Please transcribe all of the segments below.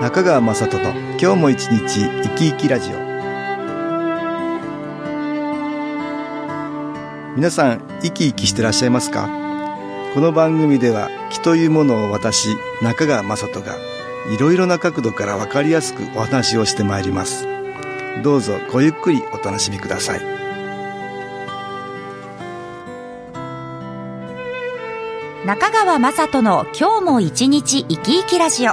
中川雅人の今日も一日生き生きラジオ皆さん生き生きしてらっしゃいますかこの番組では気というものを私中川雅人がいろいろな角度からわかりやすくお話をしてまいりますどうぞごゆっくりお楽しみください中川雅人の今日も一日生き生きラジオ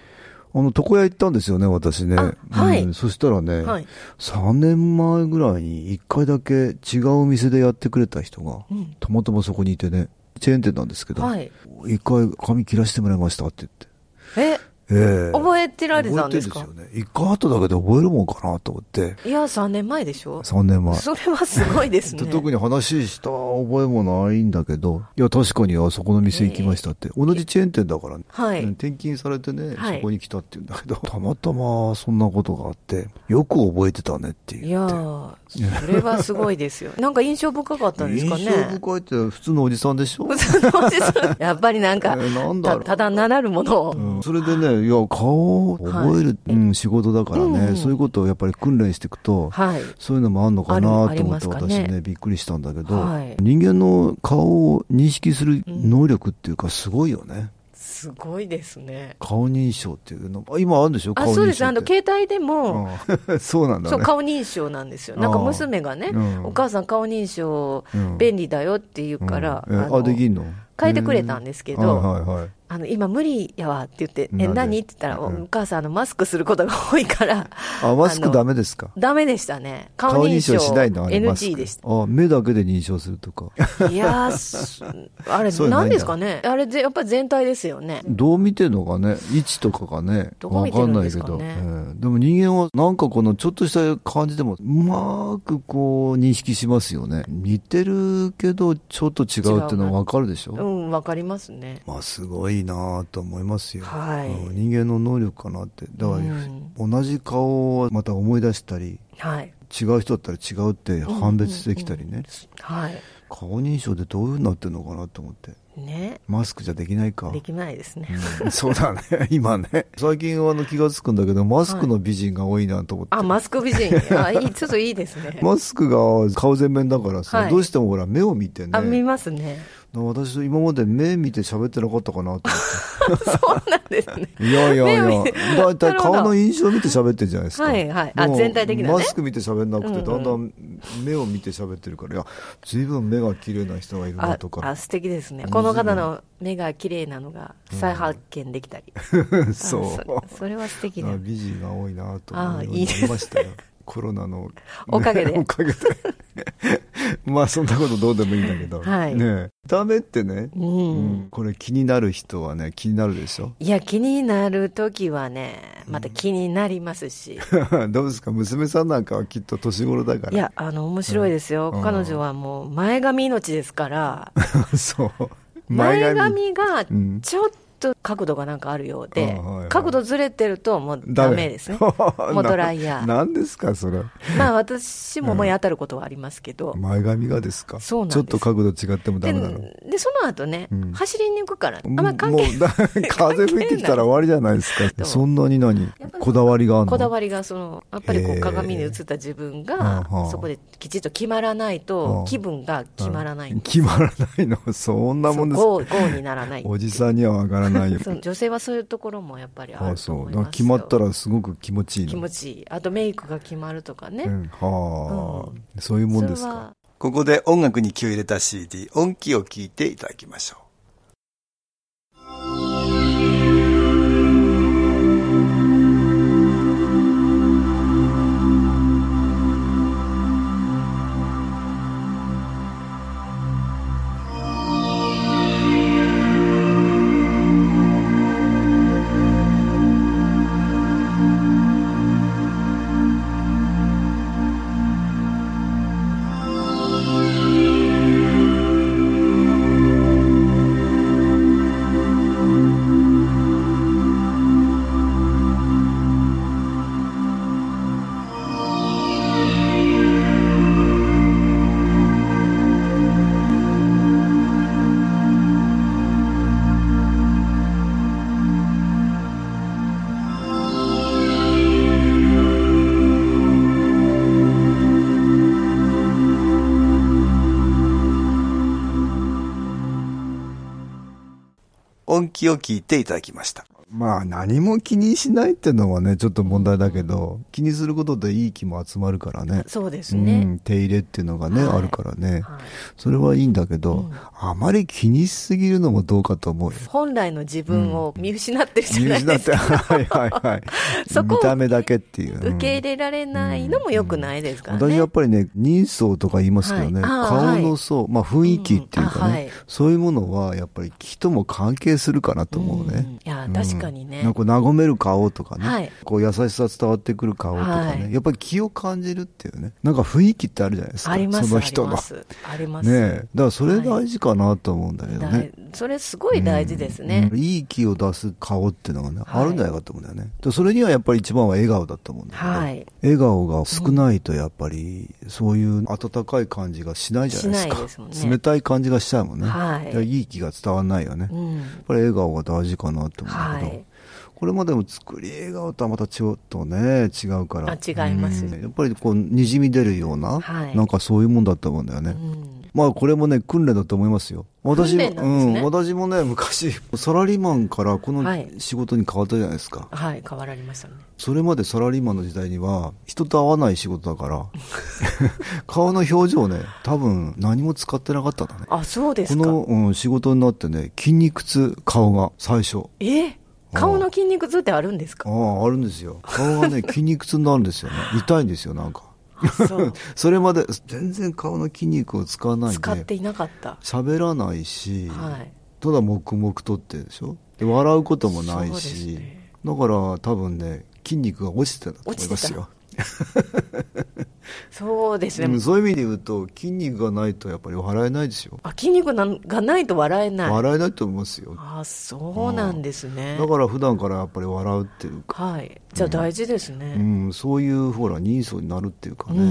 あの、床屋行ったんですよね、私ね。あはいうんそしたらね、はい3年前ぐらいに1回だけ違うお店でやってくれた人が、うんたまたまそこにいてね、チェーン店なんですけど、はい一回髪切らしてもらいましたって言って。え、ええ覚えてられたんですか覚えてるんですよね。一回後だけで覚えるもんかなと思って、いや、3年前でしょ3年前。それはすごいですね。 特に話した覚えもないんだけど、いや、確かにあそこの店行きましたって、同じチェーン店だから、ねはい転勤されてね、はいそこに来たって言うんだけど、たまたまそんなことがあって、よく覚えてたねってい言やって。ー、それはすごいで すよ。なんか印象深かったんです印かね。象深いって普通のおじさんでしょ、そうです やっぱりなんか、えーなんだたろうただならぬものを。うんそれでね、いや、顔を覚える、うん、仕事だからね、そういうことをやっぱり訓練していくと、はい。そういうのもあんのかなあるあとり思っまてすか私ねねびっくりしたんだけど、はい人間の顔を認識する能力っていうかすごいよね。すごいですね。顔認証っていうの、あ今あるんでしょあ、顔認証って。そうです。あの、携帯でも、うん そうなんだそう、ね。顔認証なんですよ。なんか娘がねあーうん、お母さん顔認証うん便利だよって言うから、うんえのあ、できんの変えてくれたんですけどへーはいはいはい。あの、今無理やわって言って、なんえ、で何って言ったら、おうんお母さん、あの、マスクすることが多いから。 あ、マスクダメメですかダメでしたね。顔顔認認証証しないのあれマスク NG でした。あ、目だけで認証するとか。いやーす、あれ、そういうのないんだ何ですかねあれぜ、やっぱり全体ですよね。どう見てんのかね位置とかがね、どこわ見てるかんんないでけすかど、ねええでも人間はなんかこのちょっとした感じでも、うまくこう認識しますよね。似てるけど、ちょっと違うっていうのはわかるでしょ、うん、わかりますね。まあすごいなぁと思いますよ、はいうん人間の能力かなって。だから、うん同じ顔をまた思い出したり、はい。違う人だったら違うって判別できたりね、はい。顔認証でどういうふうになってるのかなと思って。ね。マスクじゃできないか。できないですね。そうだね、今ね。最近はあの気がつくんだけど、マスクの美人が多いなと思って。あ、マスク美人。あ、いい、ちょっといいですね。マスクが顔全面だからさ、はいどうしてもほら目を見てね。あ、見ます ね。私今まで目見て喋ってなかったかな と思そうなんですね。って。いやいやい目をや見て、だいたいなるほど顔の印象見て喋ってるじゃないですか。はいはいあでも全体的なねマスク見て喋んなくて、うんだうんんだん目を見て喋ってるから、いや、随分目が綺麗な人がいるなあとかあ、。素敵ですね。この方の目が綺麗なのが再発見できたり。 そう。あそそれは素敵あな。美人が多いなとあ思ーいいいですねましたよ。コロナのおかげで おかげでまあそんなことどうでもいいんだけど、 はいねえダメってね、う。うんんこれ気になる人はね気になるでしょ いや、気になるときはね、また気になりま すし。どうですか娘さんなんかはきっと年頃だからいや、あの、面白いですようん。彼女はもう、前髪命で すから、 そう前髪がうん、ちょっと角度がなんかあるようであはいはい、角度ずれてるともうダ メですね。もうドライヤー。何ですかそれまあ、私も思い当たることはありますけど。前髪がですかそうなんでちすょっと角度違ってもダで、メなのでその後ねうん、走りに行くから、あんもうまり 関係もうだ風吹いてきたら終わりじゃないですどか。うそんなに何こだわりがあるのこだわりがそのやっぱりこへうー鏡に映った自分うがんうんそこできちっと決まらないうんと気分が決まらない、決まらないの。そんなそもうんです。ゴーゴーにならないおじさんにはわからないよ。そう女性はそういうところもやっぱりああるとそう。思だいからます決まったららすごく気持ちいいの。気持ちいいあとメイクが決まるとかね、うんはあ、うんそういうもんですそれか。はここで音楽に気を入れた CD、音気を聞いていただきましょう。 「音気を聞いていただきました。まあ何も気にしないってのはね、ちょっと問題だけど、気にすることでいい気も集まるからね。そうですうね。ん、手入れっていうのがね、はいあるからはね。いそれはいいんだけど、あまり気にしすぎるのもどうか と思うよ。本来の自分を見失ってるじニゃュなーいスでだっすて、か。はいはいはい。 そこを見た目だけっていう。うん受け入れられないのも良くないですから私ね。やっぱりね、人相とか言いますけどね、はいあー顔の相、まあ雰囲気っていうかね、うんあはいそういうものはやっぱり気とも関係するかなと思うね。んいや、確かにねなん。か和める顔とかね、はいこう優しさ伝わってくる顔とかね、はいやっぱり気を感じるっていうね、なんか雰囲気ってあるじゃないですか、あります、その人ありのま。す。あります。ねえ、だからそれ大事かなと思うんだけどね。だいそれすごい大事ですね。うんいい気を出す顔っていうのがね、はいあるんじゃないかと思うんだよね。でそれにはやっぱり一番は笑顔だと思うんだけど、はい。笑顔が少ないとやっぱり、そういう温かい感じがしないじゃないですか。しないですもんね冷たい感じがしちゃうもんね。はいだからいい気が伝わらないよね。うやっん。ぱり笑顔が大事かなと思うんだはけど、い。これまでも作り笑顔とはまたちょっとね、違うから。あ違いますうんやっぱりこう、滲み出るような、はいなんかそういうもんだと思うんだよね。うん。まあこれもね、訓練だと思いますよ。私訓練も、なんですねうん、私もね、昔、サラリーマンからこのはい仕事に変わったじゃないですか。はい、変わられましたね。それまでサラリーマンの時代には、人と会わない仕事だ から、顔の表情ね、多分何も使ってなかったんだね。あ、そうでこすか。の、うん、仕事になってね、筋肉痛、顔が、最初。え顔の筋肉痛ってあるんですあかあ、あるんですよ。顔が ね、筋肉痛になるんですよね。痛いんですよ、なんか。あそう。 それまで、全然顔の筋肉を使わない使っでて、いなかった。喋らないし、はい。ただ黙々とってでしょで笑うこともないそうし、ですねだから多分ね筋肉が落ちてたと思いますよそうですうねん。そういう意味で言うと筋肉がないとやっぱり笑えないですよ、あ、筋肉なんがないと笑えない。笑えないと思いますよあ、そうなんですね。だから普段からやっぱり笑うっていうか、はい。じゃあ大事ですうね。ん、そういうほら人相になるっていうかうね、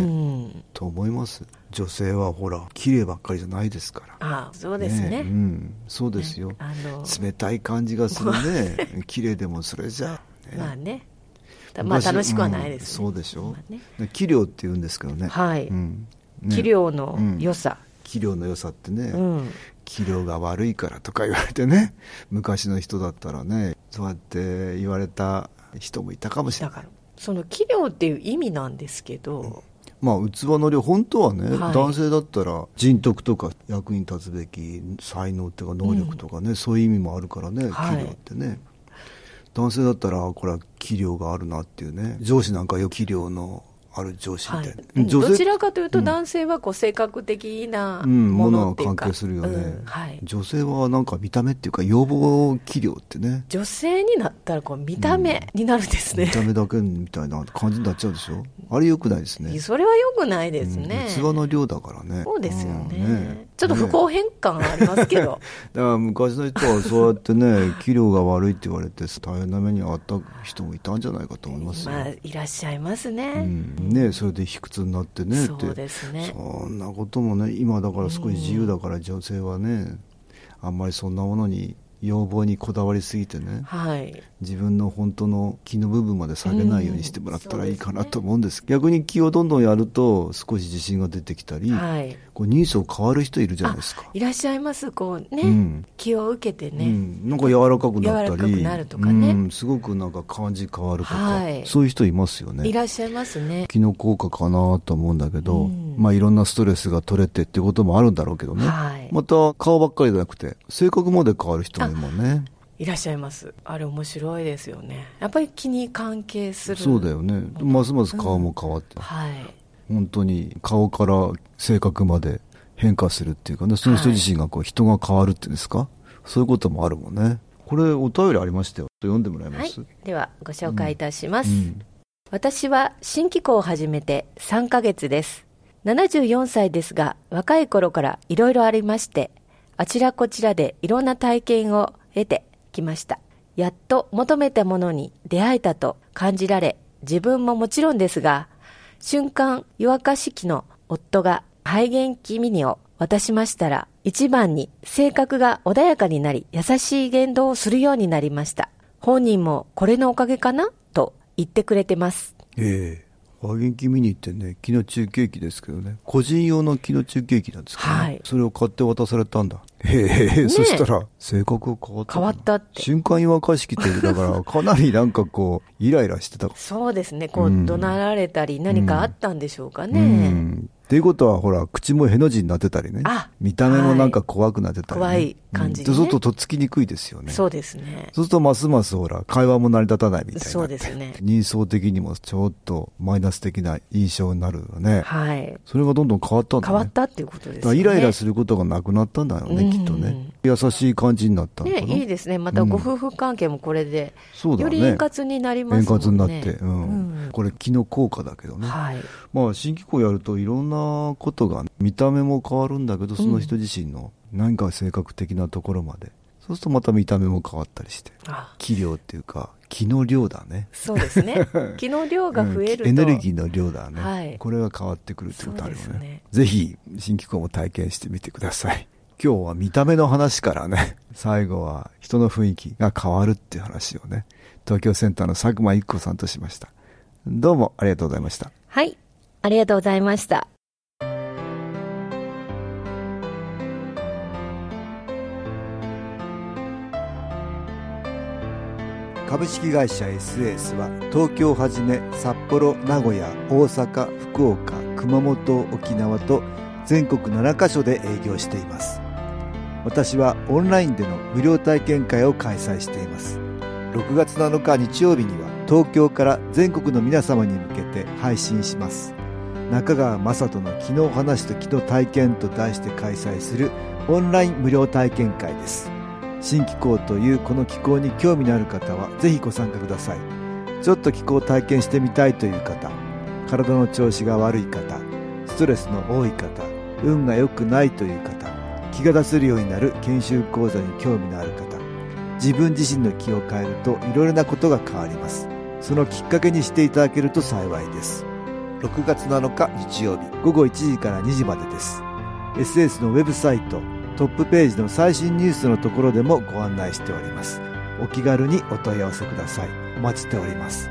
ん。と思います女性はほら綺麗ばっかりじゃないですからあ、そうですえうね。ん、そうですよあの、冷たい感じがする ね綺麗でもそれじゃあねまあね。たまあ楽しくはないですね。うんそうでしょまあね器量って言うんですけどねはいうんね器量の良さ。器量の良さってね、うん。器量が悪いからとか言われてね 昔の人だったらねそうやって言われた人もいたかもしれだなかいら、その器量っていう意味なんですけど、まあ器の量本当はね、はい男性だったら人徳とか役に立つべき才能っていうか能力とかね、そういう意味もあるからね器はい量ってね、男性だったらあこれは器量があるなっていうね上司なんかよ器量のある上司みはたいいな、、どちらかというとん男性はこう性格的なうん、ももののっはていう関か、係するよね、うんはい、女性はなんか見た目っていうか要望器量ってね女性になったらこう見た目になるんです見ね、た目だけみたいな感じになっちゃうで しょあれよくないですねそれは良くないですね、うん器の量だからねそうですよね,、うんねちょっと不ね公平感ありますけど、だから昔の人はそうやって ね器量が悪いって言われて大変な目に遭った人もいたんじゃないかと思いますよ、まあいらっしゃいますね、うん、ねそれで卑屈になってねってそうですねそんなこともね今だから少し自由だから女性はねあんまりそんなものに要望にこだわりすぎてねはい自分の本当の気の部分まで下げないようにしてもらったらいいかなと思うんです,、逆に気をどんどんやると少し自信が出てきたり、はいこう人相変わる人いるじゃないですか、いらっしゃいますこうね、うん気を受けてうね、ん、なんか柔らかくなったり柔らかくなるとかねうん、すごくなんか感じ変わるとか、はいそういう人いますよいねらっしゃいますね気の効果かなと思うんだけど、うんまあいろんなストレスが取れてってこともあるんだろうけどね、はいまた顔ばっかりじゃなくて性格まで変わる人もいるもんねいらっしゃいますあれ面白いですよねやっぱり気に関係するそうだよねますます顔も変わって、はい本当に顔から性格まで変化するっていうかね、その人自身がこう人が変わるっていうんですか、そういうこともあるもんね。これお便りありましたよ。読んでもらえまはいす、、ではご紹介いたします、うん私は新機構を始めて3ヶ月です74歳ですが若い頃からいろいろありましてあちらこちらでいろんな体験を得てきましたやっと求めたものに出会えたと感じられ自分ももちろんですが瞬間湯沸かし器の夫が肺元気ミニを渡しましたら一番に性格が穏やかになり優しい言動をするようになりました本人もこれのおかげかなと言ってくれてますええ和元気見に行ってね昨日中継機ですけどね個人用の昨日中継機なんですけど、ねはいそれを買って渡されたんだへえへえ、え そしたら性格が変わった変わったって瞬間違和感式ってだからかなりなんかこうイライラしてたかそうですね、こう、うん怒鳴られたり、何かあったんでしょうからね、うんっていうことはほら口もへの字になってたりねあ見た目もなんか怖くなってたり、ねはい怖い感じねうんそうするととっつきにくいですよねそうですね、そうするとますますほら会話も成り立たないみたいになってそうですね人相的にもちょっとマイナス的な印象になるよね、はい、それがどんどん変わったんだ、ね、変わったっていうことでだすよからね。イライラすることがなくなったんだよね、うんきっとね優しい感じになったのかね、な、いいですね、またご夫婦関係もこれで、そうだよねり円滑になりますも円ん滑ね。になって、うんうんこれ気の効果だけどね、はい、まあ新機構やるといろんなことが見た目も変わるんだけどその人自身の何か性格的なところまで、そうするとまた見た目も変わったりしてあ気量っていうか気の量だねそうです ね、気の量が増えると、うんエネルギーの量だね、はいこれが変わってくるってことあるよそうねですねぜひ新機構も体験してみてください今日は見た目の話か らね最後は人の雰囲気が変わるっていう話をね東京センターの佐久間一子さんとしましたどうもありがとうございましたはい、ありがとうございました。株式会社 SS は東京をはじめ札幌名古屋大阪福岡熊本沖縄と全国7カ所で営業しています私はオンラインでの無料体験会を開催しています6月7日日曜日には東京から全国の皆様に向けて配信します中川雅人の「昨日話と昨日体験」と題して開催するオンライン無料体験会です新機構というこの機構に興味のある方はぜひご参加くださいちょっと気候を体験してみたいという方体の調子が悪い方ストレスの多い方運が良くないという方気が出せるようになる研修講座に興味のある方自分自身の気を変えるといろいろなことが変わりますそのきっかけにしていただけると幸いです6月7日日曜日午後1時から2時までです SS のウェブサイトトップページの最新ニュースのところでもご案内しておりますお気軽にお問い合わせくださいお待ちしております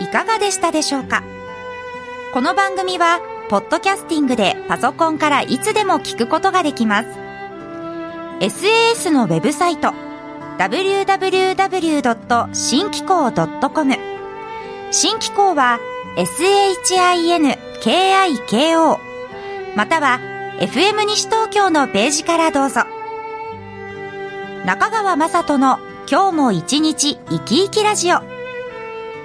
いかがでしたでしょうかこの番組はポッドキャスティングでパソコンからいつでも聞くことができます SAS のウェブサイト www. 機構 .com 新機構は SHINKIKO または FM 西東京のページからどうぞ中川雅人の今日も一日生き生きラジオ